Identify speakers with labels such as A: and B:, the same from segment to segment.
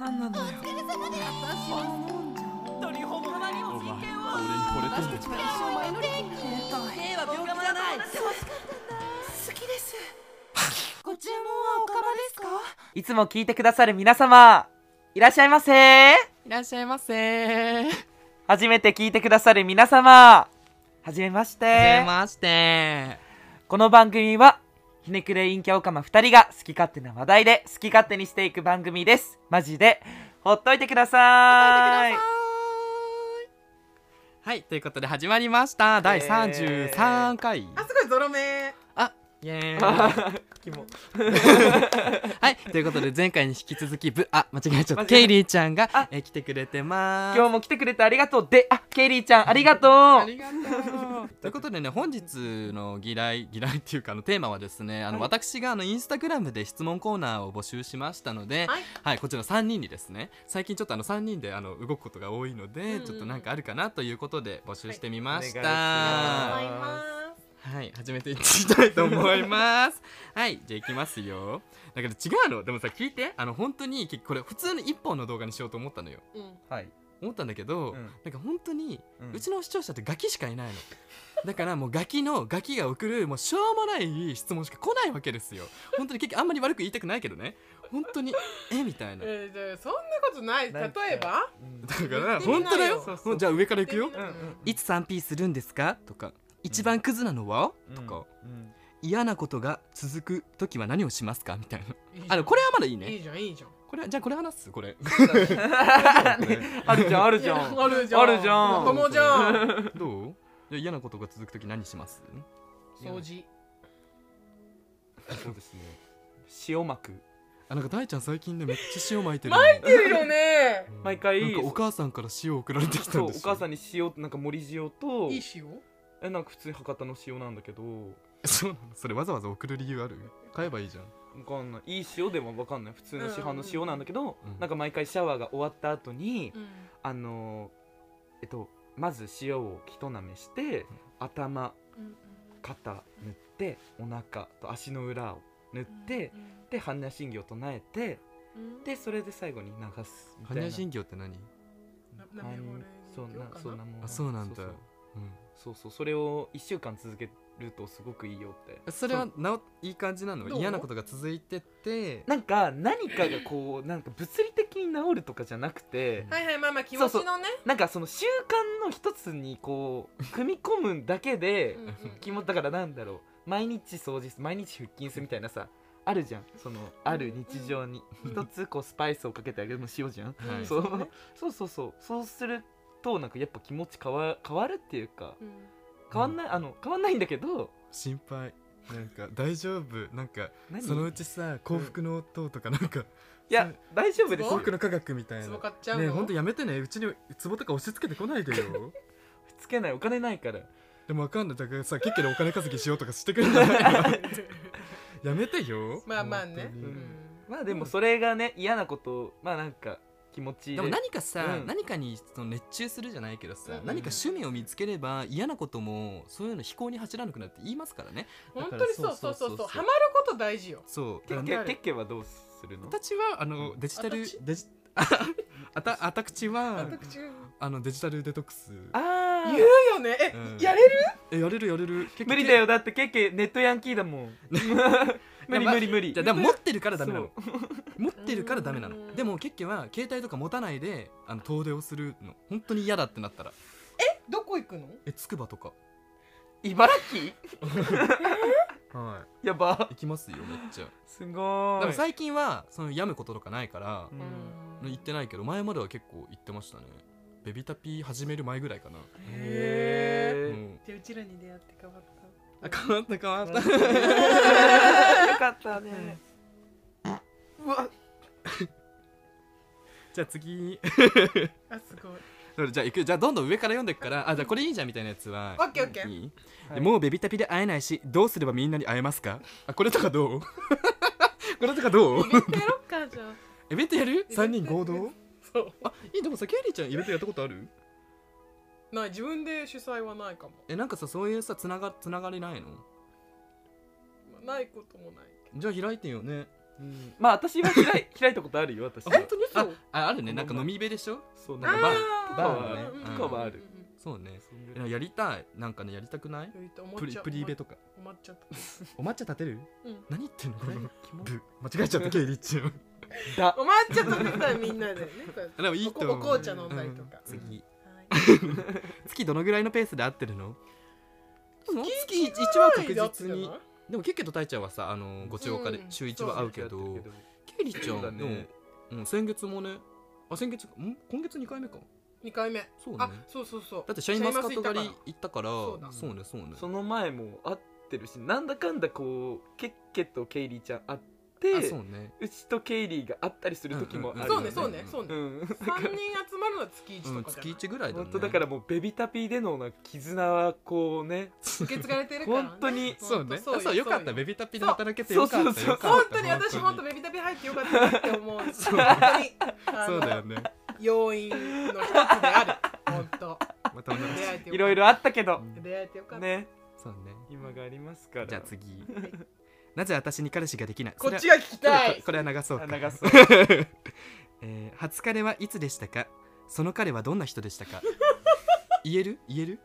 A: 何なのよ私は飲んじゃおう
B: ドリホモにも
C: お前
B: 人権を
C: 俺に惚れてん
A: 私
C: の
A: たちは一生前乗り切れた兵は病気じゃない好きですご注文はおかまですか
D: いつも聞いてくださる皆様、いらっしゃいませ
E: いらっしゃいませー。はじ
D: 初めて聞いてくださる皆様、はじめまして。
E: めまして。
D: この番組は、ひねくれ陰キャオカマ2人が好き勝手な話題で好き勝手にしていく番組です。マジで、ほっといてください。
E: はーい。はい、ということで始まりました。第33回。
F: あすごいゾロ目
E: あ、イェーイ。
F: キモ
E: はい、ということで前回に引き続き、ぶ、あ、間違えちゃ
D: 間違
E: った。
D: えた
E: ケイリーちゃんが
D: あ
E: えー来てくれてまーす。
D: 今日も来てくれてありがとう。で、あ、ケイリーちゃん、ありがと
E: あ
D: う。
E: りがとう。ということでね、本日の議題、議題っていうか、あのテーマはですね、あの、私があのインスタグラムで質問コーナーを募集しましたので、
F: はい
E: こちら3人にですね、最近ちょっとあの3人であの動くことが多いので、ちょっとなんかあるかなということで募集してみました。
C: は
E: はい
C: い
E: はい、始めていきたいと思います。 はい、じゃあいきますよ。だけど違うの、でもさ、聞いて、あの本当に、結構これ普通の1本の動画にしようと思ったのよ。
C: はい
E: 思ったんだけ
C: う
E: ど、
C: ん
E: なんか本当に、
C: う
E: うんちの視聴者ってガキしかいないのだからもうガキのガキが送るもうしょうもない質問しか来ないわけですよ本当に結局あんまり悪く言いたくないけどね本当にえみたいなだ
F: えー、じゃあそんなことない例え
E: か
F: ば
E: ら
F: 言ってみなよ
E: 本当だよ
F: そう
E: もうじゃあ上からいくよ
F: 言ってみな
E: 「いつ 3P するんですか?」とか「一番クズなのは?」とか「嫌なことが続く時は何をしますか?」みたいない
F: いじゃん
E: あのこれはまだいい
F: いい
E: ね
F: じゃんいいじゃん
E: これはじゃあこれ話すこ れ
D: あるじゃん、あるじゃん。
F: あるじゃん
D: あるじゃん
F: まともじゃん
E: どうじゃあ嫌なことが続く時何します
F: 掃除
C: そうですね塩膜
E: あなんか大ちゃん最近ねめっちゃ塩撒いてる
F: 巻いてる よね
D: 毎回、
E: なんかお母さんから塩送られてきた
C: そ
E: ん
C: うお
E: です
C: 母さんに塩なんか森塩と
F: いい塩
C: えなんか普通に博多の塩なんだけど
E: そうなのそれわざわざ送る理由ある買えばいいじゃん
C: わかんないいい塩でもわかんない普通の市販の塩なんだけど、
E: うん
C: なんか毎回シャワーが終わった後に、
F: うん
C: あのーえっとまず塩をひとなめして、頭
F: うん
C: 肩塗ってお腹と足の裏を塗って、で般若心経を唱えて
F: うん
C: でそれで最後に流すみたい
E: 般
C: な
E: 若心経って何
F: な
C: 般
F: なめほれ
C: そうな
F: 経かな
C: そうなもん
E: あそうなんだ
C: そう
E: うん
C: そうそうそれを1週間続けるとすごくいいよって
E: それはなおいい感じなの
F: どう
E: 嫌なことが続いてって
C: なんか何かがこうなんか物理的に治るとかじゃなくて
F: はいはいまあまあ気持ちのね
C: なんかその習慣の一つにこう組み込むだけで
F: うんうん
C: 気持だからなんだろう毎日掃除す毎日腹筋するみたいなさあるじゃんそのある日常に一つこうスパイスをかけてあげるの塩じゃん
E: はい
C: そうそうそうそうそうするとなんかやっぱ気持ち変わ変わるっていうか
F: うん
C: 変わんない、あの変わんないんだけど
E: 心配なんか大丈夫なんか
C: 何
E: そのうちさ幸福の塔とかなんか
C: いや大丈夫です
E: 幸
C: よ
E: 福の科学みたいな
F: 壺買っちゃう
E: ね
F: の
E: えほんとやめてねうちに壺とか押し付けてこないでよ
C: つけないお金ないから
E: でもわかんないだからさ結局お金稼ぎしようとかしてくれないやめてよ
F: まあまあね
E: 本当
F: う
E: に
F: ん
C: まあでもそれがね嫌なことまあなんか気持ちいい
E: でも何かさ、
C: うん
E: 何かにその熱中するじゃないけどさ、
F: うんうん
E: 何か趣味を見つければ嫌なこともそういうの非行に走らなくなって言いますからね
F: 本当にそうそうそうそうハマること大事よ
E: そう
C: て
E: だ
C: っ
E: から
C: け
E: ね
C: てっけはどうするの
E: 私はあの、
C: う
E: デジタル
F: 私
E: デジ あたあたくちは
F: 私言う
E: あのデジタルデトックス
C: ああ
F: よねえ
E: うん
F: やれる
E: えやれるやれる
C: 無理だよだってケッケネットヤンキーだもん 無理無理無理
E: じゃでも持ってるからダメなの
C: そ
E: 持ってるからダメな
F: う
E: の
F: ん
E: でも結局は携帯とか持たないであの遠出をするの本当に嫌だってなったら
F: どこ行くの
E: えつくばとか
C: 茨城
E: は
C: やば
E: 行きますよめっちゃ
C: すご
E: で
C: ー
E: も
C: い
E: 最近はその病むこととかないから、
C: うん
F: うん
E: 行ってないけど前までは結構行ってましたねベビタピー始める前ぐらいかな、
C: へ
E: う
F: へ
E: ん、
F: えうちらに出会って変わった
E: あ変わった変わった
C: ーよかったねうわ
E: じゃあ次
F: あすごい
E: じゃあ行くじゃあどんどん上から読んでいくからあじゃあこれいいじゃんみたいなやつは
F: オッケーオッケー
E: いい、
C: はい
E: でもうベビタピで会えないしどうすればみんなに会えますかあこれとかどう これとかどう
F: イベントやろっかじゃあ
E: イベントやる三人合同
F: そう
E: あいいでもさケイリーちゃんイベントやったことある
F: ない自分で主催はないかも
E: えなんかさそういうさつながつながりないの
F: まあないこともないけ
E: じゃあ開いてよね
F: ど
B: うんまあ私は開 い開いたことあるよ私は
F: 本当に
E: あ
F: そう
E: ああるねなんか飲み部でしょ
B: そう
E: あ
B: なんかバー
F: あー
B: バーはね
F: うん
E: とか
B: はある
F: うんうん
E: そうね
B: そんぐ
E: い
B: ら
E: や
B: い
E: やりたいなんかねやりたくない
F: うん言ってお抹
E: プリ
F: 茶
E: プリベとか
F: お抹茶とか
E: お抹茶立てる
F: うん
E: 何言ってんのこの
B: 何気持ち
E: ぶ間違えちゃったケイリッチの
B: だ
F: お抹茶食べたいみんなでねこうやって
E: でもいいと思う
F: お紅茶飲んだりとか
E: うん次
F: はい
E: 月どのぐらいのペースで合ってるの月
F: 一
E: 1は確実
F: いいやつじゃ
E: に
F: ない
E: でもケッケとタイちゃんはさあのごちおかで
F: うん
E: 週1は会うけど
B: そう
E: ケイリちゃん
B: そうだね
E: でもうん先月もねあ先月ん今月2回目か
F: 二回目
E: そうね
F: あそうそうそう
E: だってシャインマスカット狩
F: シャイン
E: り
F: マス行ったから
E: 行ったから
F: そうだ
E: そうねそうね
B: その前も会ってるしなんだかんだこうケッケとケイリーちゃん会って
E: あそうね
B: うちとケイリーが会ったりする時もある
F: そ
B: よ
F: うねそうねそうね
B: うん
F: 三人集まるのは月一
E: うん
F: とか
E: 月
F: じゃな
E: 1ぐ
F: い
E: らいだ
B: 本
E: ね
B: 当だからもうベビタピーでのな絆はこうね
F: 受け継がれてるからね
B: 本当に
E: そうね
F: 本当そう
E: あそうよかったベビタピで働けてよか
B: そ
E: っ
B: うそ
E: た
B: うそう
E: よか
F: 本
E: った
F: 当に私本当ベビタビ入ってよかったなって思う本
E: そう
F: 当にあ
E: そう
F: の
E: だよね
F: 要因の一つである本当
E: また同じ
F: 出会えてよかった
C: いろいろあったけど
F: 出会えてよかった
B: ね
E: そうね
B: 今がありますから
E: じゃあ次なぜ私に彼氏ができない
F: こっち
E: が
F: が聞きたい
E: これは流そう
B: あ
E: か
B: 長そう
E: えー初彼はいつでしたかその彼はどんな人で したか言える言える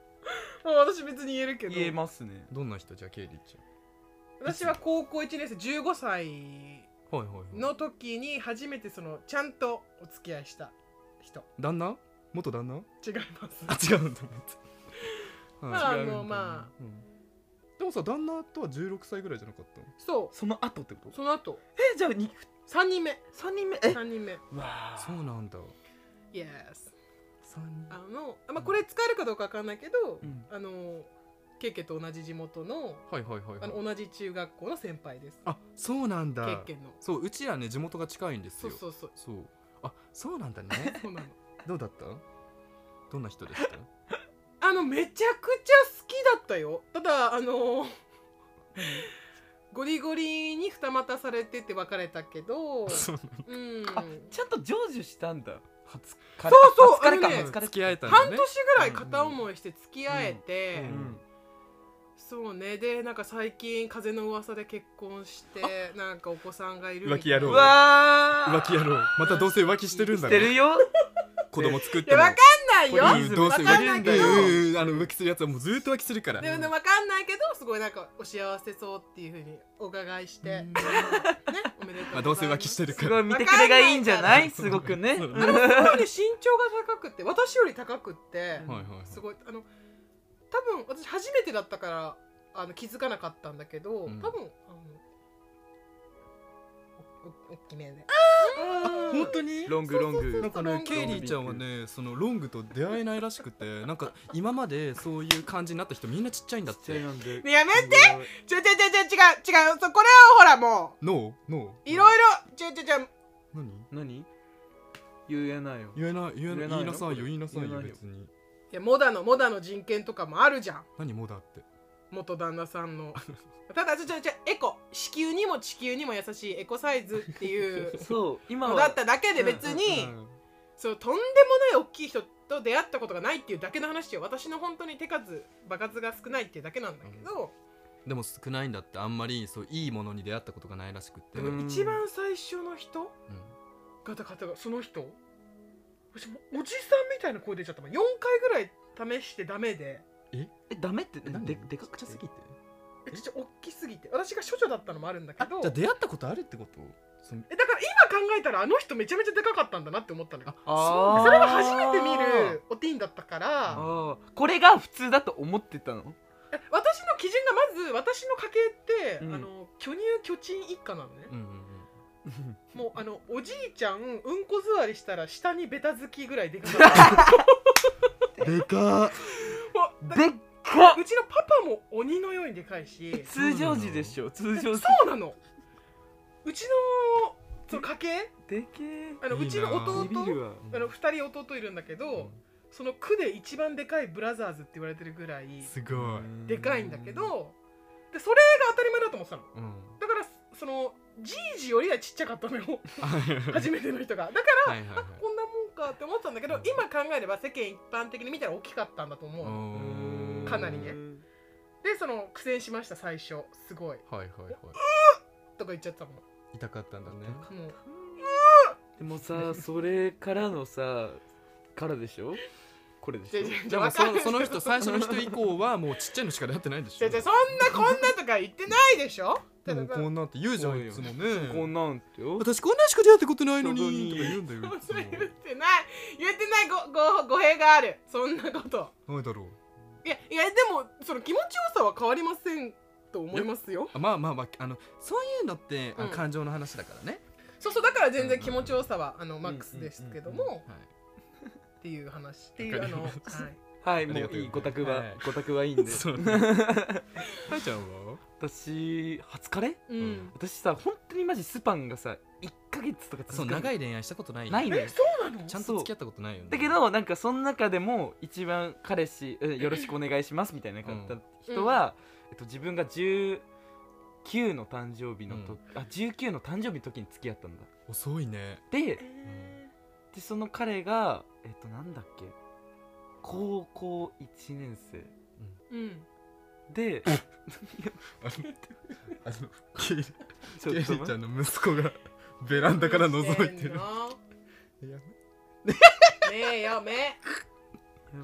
F: もう私別に言えるけど
B: 言えますね
E: どんな人じゃあケイリーち
F: 私は高校1年生15歳
E: ゃんはいはいはい
F: の時に初めてそのちゃんとお付き合いした人
E: 旦那元旦那
F: 違います
E: あ違うんだ思った
F: まあ
E: 違うんだ
F: あのま
E: うんでもさ旦那とは16歳ぐらいじゃなかった
F: そ
B: その後ってこ
F: う
B: と
F: その後
B: えじゃあに
F: 3人目
B: 3人目え
F: 3人目
B: わあ
E: そうなんだ
F: Yes
E: 三人
F: あのあまあこれ使えるかどうかわかんないけど、
B: うん
F: あのケイケと同じ地元の
E: はいはいはいは
F: あ
E: い
F: の同じ中学校の先輩です
E: あそうなんだ
F: ケッケンの
E: そううちらね地元が近いんです
F: そう
E: よ
F: そうそう
E: そうあそうなんだね
F: そうなの
E: どうだったどんな人でした
F: あのめちゃくちゃ好きだったよただあのゴリゴリに二股されてて別れたけど
E: そう
F: うん
B: あちゃんと成就したんだ初彼
F: そうそう
B: 初彼か
F: あのね
B: 初
E: 付
B: 彼
E: き合えたんだ
F: 半
E: ね
F: 年ぐらい片思いして付き合えて、
E: うん
B: うん
F: そうねでなんか最近風の噂で結婚してなんかお子さんがいるみたい
E: 浮気野郎
C: う
F: いや
C: わー
E: 浮気野郎またどうせ浮気してるん
C: し
E: だ
C: て
E: ろ
C: るよ
E: 子供作っ
F: いや
E: ても
F: わかんないよ
E: うんどうせ
F: わかんないけど
E: うんうんうんあの浮気するやつはもうずーっと浮気するから
F: でもね
E: うん
F: わかんないけどすごいなんかお幸せそうっていうふうにお伺いして、ねおめでとうございます、
E: まあどうせ浮気してる
C: す
E: か
C: ご
E: ら
C: い見てくれがいいんじゃないすごくね
E: そう
F: あのすごいね身長が高くて私より高くって
E: はいはいはい
F: すごいあの多分私初めてだったからあの気づかなかったんだけど、
E: うん
F: 多分あのおお大きめで
E: あ本当に
B: ロングロン
F: そうそ
E: なん
B: グ
E: か
F: ロン
E: ね
F: グ
E: ケイリーちゃんはねそのロングと出会えないらしくてなんか今までそういう感じになった人みんなちっちゃいんだっ
B: ちっちゃい
E: て
B: なんで
F: ねやめて
B: すごい
F: ちょちょちょちょ違う違うそうこれはほらも
E: ノーノ
F: う
E: ー
F: いろいろちょちょちょ
E: 何
B: 何言えないよ
E: 言えない言え
B: 言
E: な
B: えな
E: い
B: いの
E: 言いなさいよ言いなさい
B: 言え
E: よ
B: ないよ
E: 別に
F: いやモダのモダの人権とかもあるじゃん
E: 何もだって
F: 元旦那さ んのただちょちょちょエコ地球にも地球にも優しいエコサイズっ ていう
B: そう今
F: のだ
B: は
F: っただけで別に、
E: うん
F: そうとんでもない大きい人と出会ったことがないっていうだけの話よ私の本当に手数場数が少ないっていうだけなんだけど、
E: でも少ないんだってあんまりそういいものに出会ったことがないらしくて
B: うん
E: うん
F: 一番最初の人がだからその人私もうおじさんみたいな声出ちゃったもん4回ぐらい試してダメで
B: えダメって
E: 何
B: ででかく
E: ちっちゃすぎて
F: えちょっと大きすぎて私が処女だったのもあるんだけ
E: あ
F: ど
E: じゃあ出会ったことあるってことその
F: えだから今考えたらあの人めちゃめちゃでかかったんだなって思ったのよ
B: あー
F: それは初めて見るおティーンだったから
B: あーこれが普通だと思ってたの
F: え私の基準がまず私の家系って、
B: うん
F: あの巨乳巨鎮一家なのね、
E: うんうんうん
F: もうあのおじいちゃんうんこ座りしたら下にベタ好きぐらいでかかった
E: でかっ
F: もうだ
B: でっか
F: うちのパパも鬼のようにでかいし
B: 通常時でしょ通常時
F: そうなのうちのその家系
B: でけえ
F: あの
E: いいな
F: うちの弟
B: ビビるわ
F: あの2人弟いるんだけど、その区で一番でかいブラザーズって言われてるぐらい
E: すごい、
F: でかいんだけどでそれが当たり前だと思ってたの
E: うん、
F: だからそのじいじよりはちっちゃかったのよ
E: は
F: 初めての人がだから
E: いはい
F: あこんなもんかって思ってたんだけど今考えれば世間一般的に見たら大きかったんだと思うの
E: はい
F: かなりねでその苦戦しました最初すごい
E: はいはいはい
F: とか言っちゃってたもん
E: 痛かったんだね
F: もう
B: でもさそれからのさからでしょこれでし
F: じゃ
B: ょ
F: じ ゃじ
E: で
F: ゃ
E: も
F: わ
E: そ
F: かん
E: の
F: ない
E: その人最初の人以降はもうちっちゃいのしか出会ってないでし
F: じ
E: ょ
F: ゃじゃそんなこんなとか言ってないでしょただ
E: もうこんなんって言うじゃんいつもね
B: こんなんてよ
E: 私こんなんしか出会ったことないのに
B: そうそう
E: とか言うんだよいつ
F: そ
E: も
F: れ言ってない言ってないごご語弊があるそんなこと
E: なんだろう
F: いやいやでもその気持ちよさは変わりませんと思いますよ
E: あまあまあまああのそういうのって、あ
F: うん
E: 感情の話だからね、
F: そうそうだから全然気持ちよさはあのマックスですけど
B: うん
F: も
E: はい、
F: っていう話ってい
E: わ
F: うあ
E: かり
F: の
E: ま
F: はい
B: はい
E: あり
B: も
E: が
B: う
E: とう
B: いいごたくは
E: はい
B: ごたくはいいんで
E: そうねはーちゃんは
B: 私初カレ
F: うん
B: 私さ本当にマジスパンがさ1ヶ月とか
E: そう
B: か
E: 長い恋愛したことないよ
B: ないのよ
F: そうなの
E: ちゃんと付き合ったことないよね
B: だけどなんかその中でも一番彼氏、うんよろしくお願いしますみたいな方人は、えっと、自分が19の誕生日のと、あ19の誕生日の時に付き合ったんだ
E: 遅いね
B: で
F: え
B: でその彼がえっとなんだっけ高校1年生
F: ーうん
B: で
E: あのあのケイ リ
B: ちょっと待って
E: の息子がベラ
F: 何してんの
E: いや
F: ねえやめ
B: や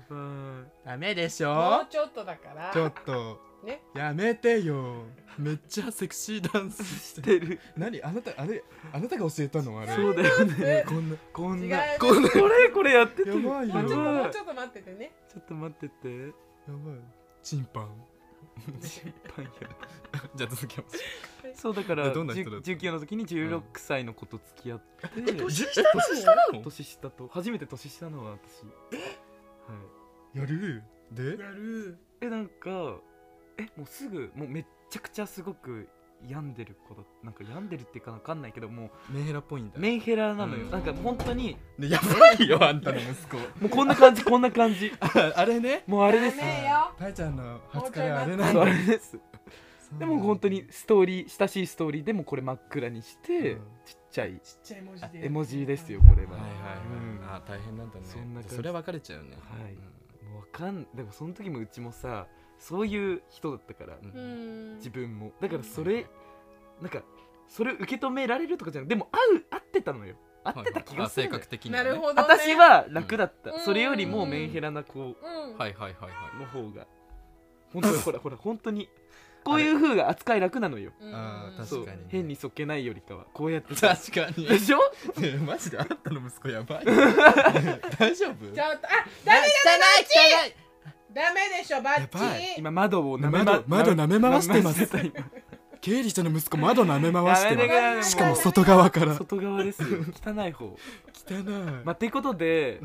B: ばい
E: ダメでし
F: も
E: ょ
F: うちょっとだから
E: ちょっと
F: ね
E: やめてよめっちゃセクシーダンスし
B: しててる
E: 何あなたあれあなたが教えたのあれ
B: そうだよね
E: こんな
B: こん
F: 違う
B: な
E: こんな
B: これこれやってて
E: やばいよ
F: もうちょっと
B: やば
F: も
B: いう
F: ちょっと待っててね
B: ちょっと待ってて
E: やばいチンパン
B: パンや
E: じゃあ続きます
B: そうだから
E: えどんな人だった
B: 19の時に16歳の子と付き合って、
E: 下なの年下な
B: 年下と初めて年下のは私はい
E: やるで
F: やる
B: えなんかえもうすぐもうめっちゃくちゃすごく病んでる子だなんか病んでるっていうかわかんないけども
E: メンヘラっぽいんだ
B: うメンヘラなのよ、
E: うん
B: なんか本当に
E: ねやばいよあんたの息子
B: もうこんな感じこんな感じ
E: ああれね
B: もうあれです
F: やめよ
E: たいちゃんの初恋はあれな
B: あ
E: ん
B: の
E: だ
B: あれです
E: そう
B: でも本当にストーリー親しいストーリーでもこれ真っ暗にして、
E: うん
B: ちっちゃい
F: ちっちゃい文字
B: あ
F: で
B: 絵文字ですよこれ
E: は
B: は、
E: いはいはい、
B: うん
E: あ大変なんだね
B: そんな感じ
E: それは別れちゃうね
B: はいもうわかんでもその時もうちもさそういう人だったから、
E: うん
F: うん
B: 自分もだからそ
E: はい
B: れ
E: は
B: なんかそれ受け止められるとかじゃなくでも合う合ってたのよ合ってた気がする
E: あ
B: の
E: 性
B: よ
E: 格的に
F: な
E: はね
F: るほどね
B: 私は楽だった、
F: うん
B: それよりも
F: うん
B: メンヘラな子
F: うん
E: はいはいはいはい
B: の方が本当にほらほら本当にこういう風が扱い楽なのよ
F: うん
E: あー確か
B: そ
E: に
B: う
E: ね
B: 変にそっけないよりかはこうやってさ
E: 確かに
B: でしょ
E: ねえマジであんたの息子 やばい大丈夫
F: ちょっとあダメだねダメでしょバッチ
E: やばい
F: リ
B: 今窓を舐め
E: 窓窓舐め回してます
B: 舐め回してた
E: 経理者の息子窓舐め回して
B: やめてくださ
E: ま
B: い
E: すしかも外側か
B: 今
E: ら
B: 外側ですよ汚い方
E: 汚い、
B: まあ、ていうこと で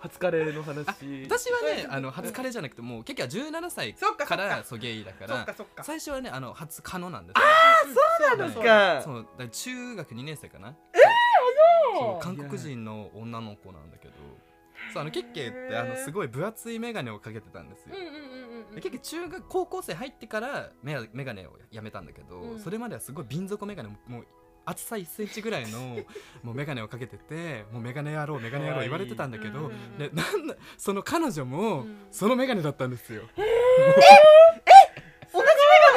B: 初カレーの話
E: 私は
F: そうい
E: ね
F: うこと
E: あの初彼じゃなくてもう結局は17歳
F: そっかそっ
E: か
F: か
E: らソゲイだか
F: そっからそっか
E: 最初はねあの初カノなんですあ
F: そう
E: なの
F: そう
B: か
E: そうだから中学2年生かなそう韓国人の女の子なんだけどそうあのケッケってあのすごい分厚い眼鏡をかけてたんですよ、
F: うんうんうんうんうん
E: で結局中学高校生入ってからメガメガネをやめたんだけど、
F: うん
E: それまではすごい瓶底メガネもう厚さ1センチぐら いのもうメガネをかけててもうメガネ野郎メガネ野郎言われてたんだけ
F: うん
E: ど
F: うんうん
E: でなんだその彼女も
F: うん
E: そのメガネだったんですよ。え
F: 瓶
E: え同じ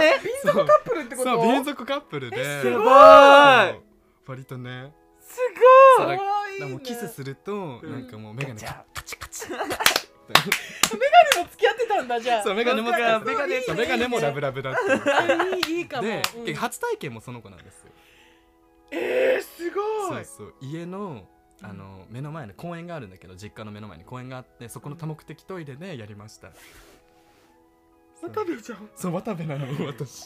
E: メガネ
F: 底カップルってこと
E: そう瓶底カップルで
B: やば
E: そ
B: いう
E: 割とね
B: す
E: そ
B: ご
E: う
B: い
E: だ
F: かわいいね
E: だからもうキスすると、
B: うん
E: なんかもうメガネ
B: じゃ
E: がカチカチ
F: でも付き合ってたんだじゃあ
E: そうメガネも
B: そうか
E: メガ
F: いい
E: ネ
F: ね
E: そうメガネもラブラブだっていう
F: いいいいかも
E: で、
F: うん
E: 結局初体験もその子なんですよ
F: えーすご
E: そう
F: い
E: そう家のあの目の前の公園があるんだけど実家の目の前に公園があってそこの多目的トイレでやりました
F: 渡部じゃん
E: そう渡部なの私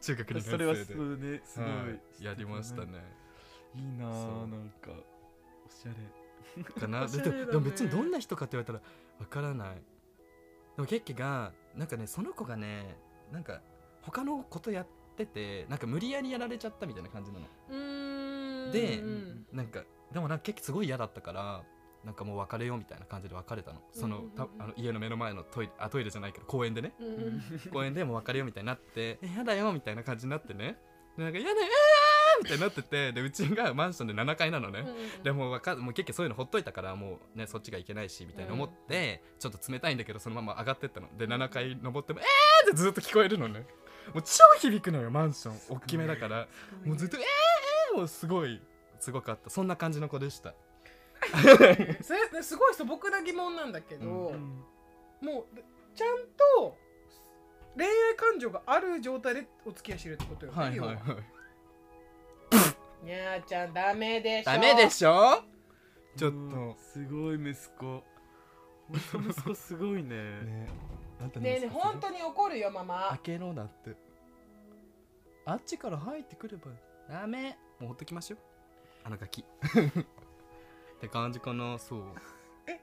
E: 中学2年生で
B: それはそうねすごい、
E: はいやりましたね
B: いいなあ
E: そう
B: なんかおしゃれ
E: かな
F: おし
E: で
F: ゃれだね
E: でも別にどんな人かって言われたらわからないでもケッケがなんかねその子がねなんか他のことやっててなんか無理やりやられちゃったみたいな感じなの
F: うーん
E: で
F: うん
E: なんかでもなんか結構すごい嫌だったからなんかもう別れようみたいな感じで別れたのその,た、
F: うんうんうん
E: あの家の目の前のトイレあトイレじゃないけど公園 でね
F: うんうん
E: 公園でもう別れようみたいになって「えやだよ」みたいな感じになってねでなんか「やだよえみたいになっててでうちがマンションで7階なのね、で
F: も
E: もうわかもう結局そういうのほっといたからもうねそっちがいけないしみたいな思って、ちょっと冷たいんだけどそのまま上がってったので7階登っても「えー!」ってずっと聞こえるのねもう超響くのよマンション大きめだからもうずっと「えー!えー!」もうすごいすごかったそんな感じの子でした
F: それすごい素朴な疑問なんだけど、
C: うん
F: もうちゃんと恋愛感情がある状態でお付き合いしてるってことよね、要にゃーちゃんダメでしょ
E: ダメでしょち
B: ち
E: ょ
B: ょ
E: っ
B: っ
E: と
B: とすごい息子息子息子すごいね
E: ねあんた
F: ねえねえ本当に怒るよママ
E: 開けろだってあっちから入ってくればダメもうほっときましょうあのガキ って感じかなそう
F: え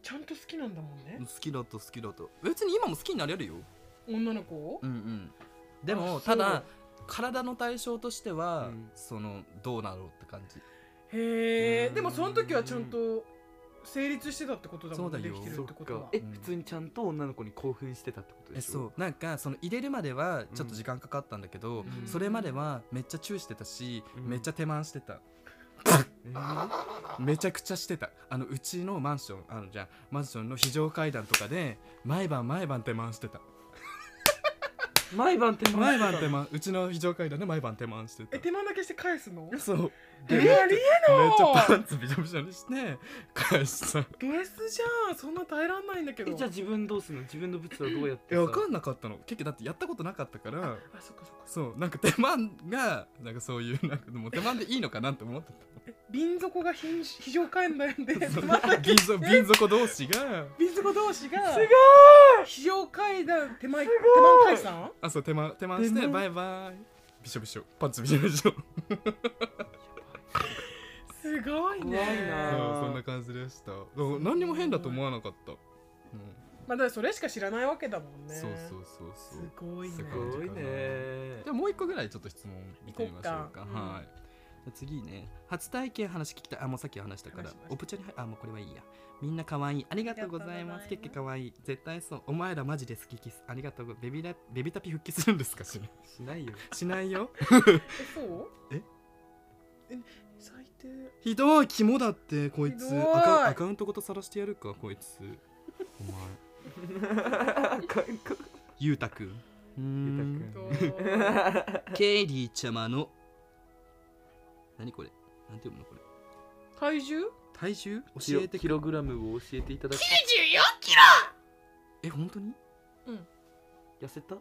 F: ちゃんと好きなんだもんね
E: 好きだと好きだと別に今も好きになれるよ
F: 女の子を
E: うんうんで
F: あ
E: も
F: そ
E: た
F: う
E: だ体の対象としては、
B: うん
E: そのどうなろうって感じ
F: へえ
B: うん
F: でもその時はちゃんと成立してたってことだもん
E: そ
F: ね
E: うだよ
F: できてる
B: そ
F: っ
B: って
F: ことは
B: かえ、
E: うん
B: 普通にちゃんと女の子に興奮してたってことで
E: え
B: しょ
E: そうなんかその入れるまではちょっと時間かかったんだけど、
F: うん
E: それまではめっちゃチューしてたし、
B: うん
E: めっちゃ手満してた
B: えー
E: めちゃくちゃしてたあのうちのマンションあのじゃあマンションの非常階段とかで毎晩毎晩手満してた
B: 毎晩手前
E: 毎晩手満うちの非常階段で毎晩手満して
F: え
E: た
F: 手間だけして返すの
E: そう
F: え
E: めっち
F: ー、あり
E: ゃ
F: えな
E: め
F: い
E: っちゃパンツびしょびしょにして返したい
F: ド S じゃんそんな耐えらんないんだけど
B: えじゃあ自分どうするの自分の物はどうやって
E: や分か
B: ん
E: んなかったの結局だってやったことなかったから
F: あそっかそっか
E: そうなんか手満がなんかそういうなんかもう手満でいいのかなって思って
F: 瓶底が非非常階段 でつま
E: た
F: 先
E: 銀座銀底同士が
F: 瓶底同士がすごい非常階段手前手前階さん
E: あそう手間手間して
B: 手間
E: バイバイびしょびしょパンツびしょびしょそう
F: すごいね
B: 怖いなあー
E: そんな感じでしただから何にも変だと思わなかった、うん
F: まあだからそれしか知らないわけだもんね
E: そうそうそうそ
F: す
E: う
F: ごいね
E: す
B: すごいね
E: でももう一個ぐらいちょっと質問見てみましょうか
F: 行こっかうん
E: はいじゃあ次ね初体験話聞きたいあもうさっき話したから
F: 話しました
E: オプチョに入あもうこれはいいやみんな可愛いありがとうございます
F: あ
E: け
F: り
E: っ
F: が
E: け
F: とうございます
E: 可愛い絶対そうお前らマジで好きキスありがとうごベビラベビタピ復帰するんですかしない
B: しないよ
E: しないよ
F: えそう
E: え
F: え最低
E: ひどい肝だってこいつ
F: ひどい
E: アカアカウントごと晒してやるかこいつお前 ゆうたくんうーん
B: ゆうたくん
E: ケイリーちゃまの何これなんて読むのこれ
F: 体重
E: 体重
B: キロ
E: 教えて
B: キログラムを教えていただき
E: え本当に
B: 痩せた
F: ち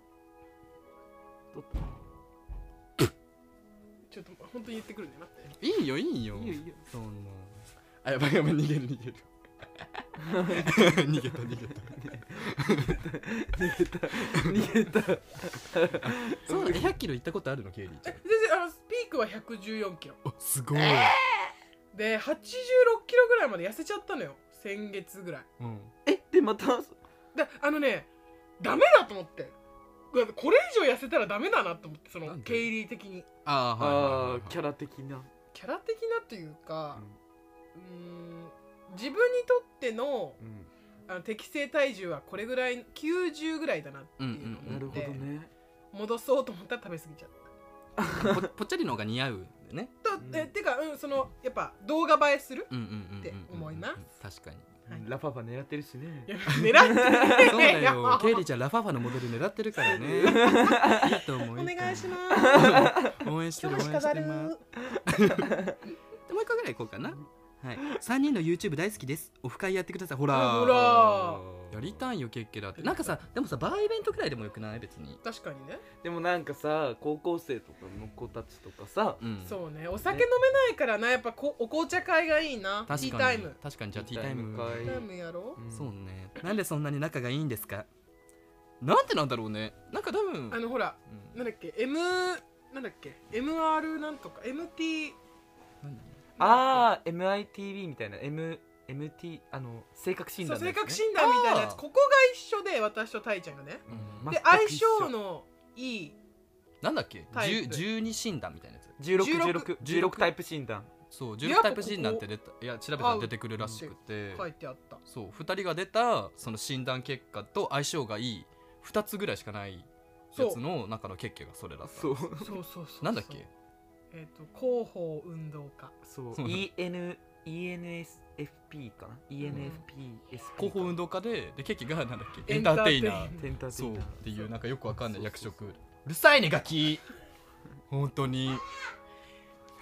F: ょっと本当に言ってくるね待って
E: いいよいいよ
B: いいよいいよ
E: そんなあやばいやばい逃げる逃げる 逃げた逃げた
B: 逃げた逃げた
E: そうだ100キロ行ったことあるのケイリーちゃん
F: え全然あのピークは114キロ
E: あすごい、
F: で86キロぐらいまで痩せちゃったのよ先月ぐらい
E: うん、
B: えでまた
F: であのねダメだと思ってだってこれ以上痩せたらダメだなと思ってそ
E: な
F: の
E: んで
F: 経理的に
E: あーはいはいはい
B: あ
E: はい
B: ーキャラ的な
F: キャラ的なというかうーん自分にとっての
B: うん
F: あの適正体重はこれぐらい90ぐらいだなっていうのを
E: うん
B: な
E: うん
B: る
E: うん
F: 思っ
B: ほど
F: て
B: ね
F: 戻そうと思ったら食べ過ぎちゃった
E: ぽぽっちゃりの方が似合うんでね
F: と、
B: うん
F: えてか、うん、そのやっぱ動画映えする
E: うんうんうんうんうんうん
F: って思います
E: 確 かに
F: はい
B: ラパパ狙ってるしね
F: いや狙ってねえ
E: そうだ
F: いや
E: よケイリーちゃんラファファのモデル狙ってるからね いいと思う
F: お願いし
E: す
F: ます
E: 応援してる応援してま
F: 今日しか
E: す
F: ざる
E: でもう一個ぐらい行こうかな。はい。三人の YouTube 大好きです。オフ会やってください。ほら。
F: あほら
E: やりたいよケッケだって。なんかさ、でもさバーイベントくらいでもよくない別に。
F: 確かにね、
B: でもなんかさ高校生とかの子たちとかさ
E: うん。う。
F: そうねお酒飲めないからなやっぱこお紅茶会がいいな
E: 確
F: テ
E: かに。
F: ィータイム
E: 確かにじゃあティータイム。
B: ティータイ
F: ティータイムやろう
E: そうね。なんでそんなに仲がいいんですか。なんてなんだろうね。なんか多分。
F: あのほら
E: うん
F: なんだっけ M なんだっけ MR なんとか MT
E: なんだ
B: ああ MITV みたいな M MT あの性格診
F: そう
B: 断の
F: 性
B: やつね
F: 格診断みたいなやつ
E: あー
F: ここが一緒で私とタイちゃんがね
E: うん
B: ま
F: で
B: 全
F: 相
B: く一緒
F: 性のいい
E: なんだっけ。
F: タイプ
E: 十二診断みたいなやつ。
B: 1616
E: 16
B: 16タイプ診断
E: そう。十タイプ診断って出た。いや調べたら出てくるらしくて。
F: 書いてあった
E: そう2人が出たその診断結果と相性がいい2つぐらいしかないやつの中の結果がそれだった
B: そう
F: そうそうそうそう
E: なんだっけ
F: えっ、と広報運動家
B: そう
E: そう
C: EN ENSFP かな ENFPS
E: 広報運動家ででケーキがなんだっけ
F: エ
E: エ
F: ン
E: ン
F: タ
E: タ
F: ー
E: ー
F: テ
E: テ
F: イ
E: イ
F: ナ
E: ナ
F: ー
E: ー
B: テンターテ
E: そ
B: イ
E: うっ
B: ナー
E: ていうなんかよくわかんない役職
B: そうう
E: るさいねガキ本当に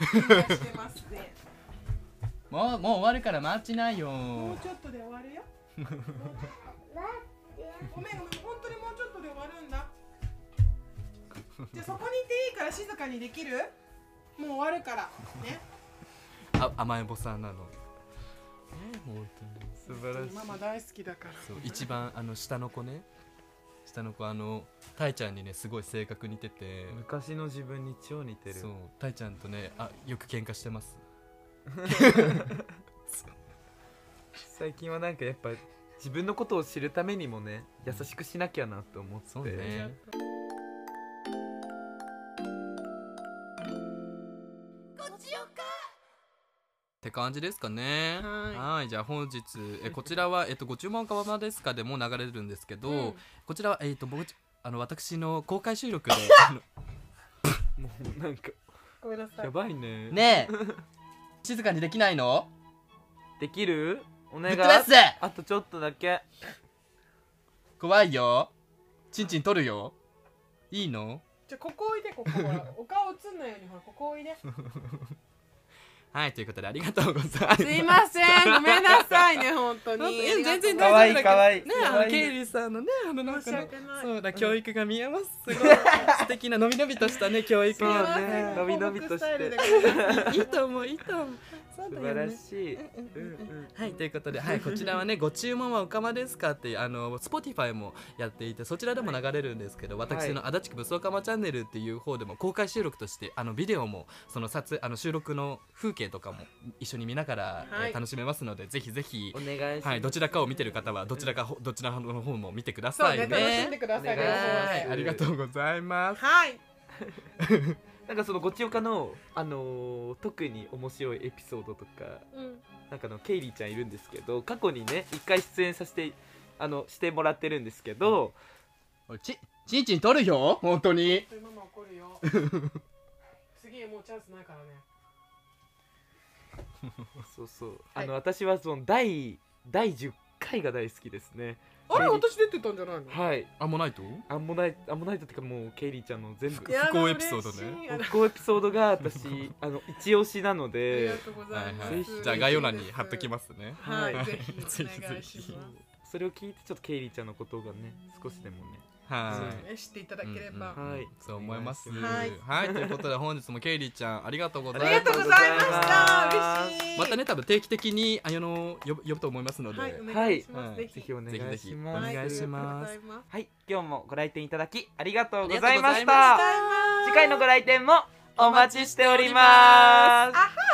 F: してますね
E: もうもう終わるから待ちないよ
F: もうちょっとで終わるよごめんごめん本当にもうちょっとで終わるんだじゃあそこにいていいから静かにできるもう終わるからね
E: あ甘えん坊さんなの本当に
B: 素晴らしい
F: ママ大好きだから
E: そう一番あの下の子ね下の子あのたいちゃんにねすごい性格似てて
B: 昔の自分に超似てる
E: そうたいちゃんとねあよく喧嘩してます
B: 最近はなんかやっぱ自分のことを知るためにもね優しくしなきゃなと思って
E: そうね
A: こっちよか
E: って感じですかね
F: はい
E: じゃあ本日えこちらは、えっと、ご注文かまですかでもう流れるんですけど、
F: うん
E: こちらは、えっと、僕あの私の公開収 録であの
B: もうなんか
F: ごめんなさい
B: やばいね
E: ねえ 静かにできないの
B: できるお
E: ぶ
B: 願
E: っ
B: い
E: 飛ばす
B: あとちょっとだけ
E: 怖いよちんちん取るよいいの
F: じゃあここおいでここほらお顔映んないようにほらここおいで
E: はいということでありがとうございます
F: すいませんごめんなさい ね本当に
E: なんかえ全然
C: 可愛
E: 大
C: い
E: 丈夫だけど
C: 可愛い
E: ね
C: 可
E: あの
C: 愛い
E: ケイリーさんのねあのなんか
F: 申し
E: の
F: 訳ない
E: そうだ
F: うん
E: 教育が見えますす ごい素敵なのびのびとしたね教育
F: すいません
B: ね伸
F: 報告
B: び伸びとして
F: スタイルでごめんなさい
E: いいと思ういいと思うそう
B: 素
E: だ
B: 晴
E: よ
B: ら
E: ね
B: しいうんうん
E: はいということで、はい、こちらはね「ご注文はおかまですか?」っていうあの Spotify もやっていてそちらでも流れるんですけど、私の足立区武装かまチャンネルっていう方でも公開収録としてあのビデオもその撮影あの収録の風景とかも一緒に見ながら、えー
F: はい
E: 楽しめますのでぜひぜひ
B: お、願いします
E: はい、どちらかを見てる方はどちらかほどちらの方も見てくだ
F: そ
E: さ
F: う
E: い
F: ね
E: ね。
F: 楽しんでください
B: お願いします
E: はいありがとうございます。
F: はい
B: なんかそのごちよかのあのー特に面白いエピソードとか
F: うん
B: なんかあのケイリーちゃんいるんですけど過去にね一回出演させてあのしてもらってるんですけど、
E: おいちちんちん取るよ本当に。
F: ちょっとママ怒る よ次もうチャンスないからね
B: そうそう
F: はい
B: あの、私はその第第10回が大好きですね
F: あれ
B: はい
F: 私出てたんじゃないの
B: はい
E: あもうないと？
B: アンモナイトアンモナイトっていうかもうケイリーちゃんの全部
E: いや不幸エピソードね
F: 嬉しいあの
B: 復興エピソードが私あの一押しなの
F: ありが
B: で
F: とうござ
E: はいい
F: ま
E: は
F: す、
B: ぜ
E: い
B: ひ。
E: じゃあ概要欄に貼っときますね。
F: はい、
B: はい
F: ぜひ
E: ぜ
F: お
E: ひ
F: 願いし
E: ぜ
F: ます
B: それを聞いてちょっとケイリーちゃんのことがね少しでもね
E: はい。
F: え知っていただければ、
B: うんうんはい
E: そう思います。
F: は
E: はいい、ということで本日もケイリーちゃんありがとうござい
F: あ
E: ます。
F: りがとうございました
B: ありがとうございます
F: 嬉しい
E: またね多分定期的にあの呼ぶ呼ぶと思いますので、
F: はいお
E: あ
F: 願いします、
E: はい
F: ぜ
B: ぜ
F: ひ
B: ひお願いします
F: は
E: お願いします
F: ありがとうございます
C: はい今日もご来店いただきありがとうご
E: り
C: ざ
E: がと
C: いう
E: ご
C: ま
E: ざい
C: し
E: ました
F: ありがとうございます
C: 次回のご来店もお待ちしております
F: あは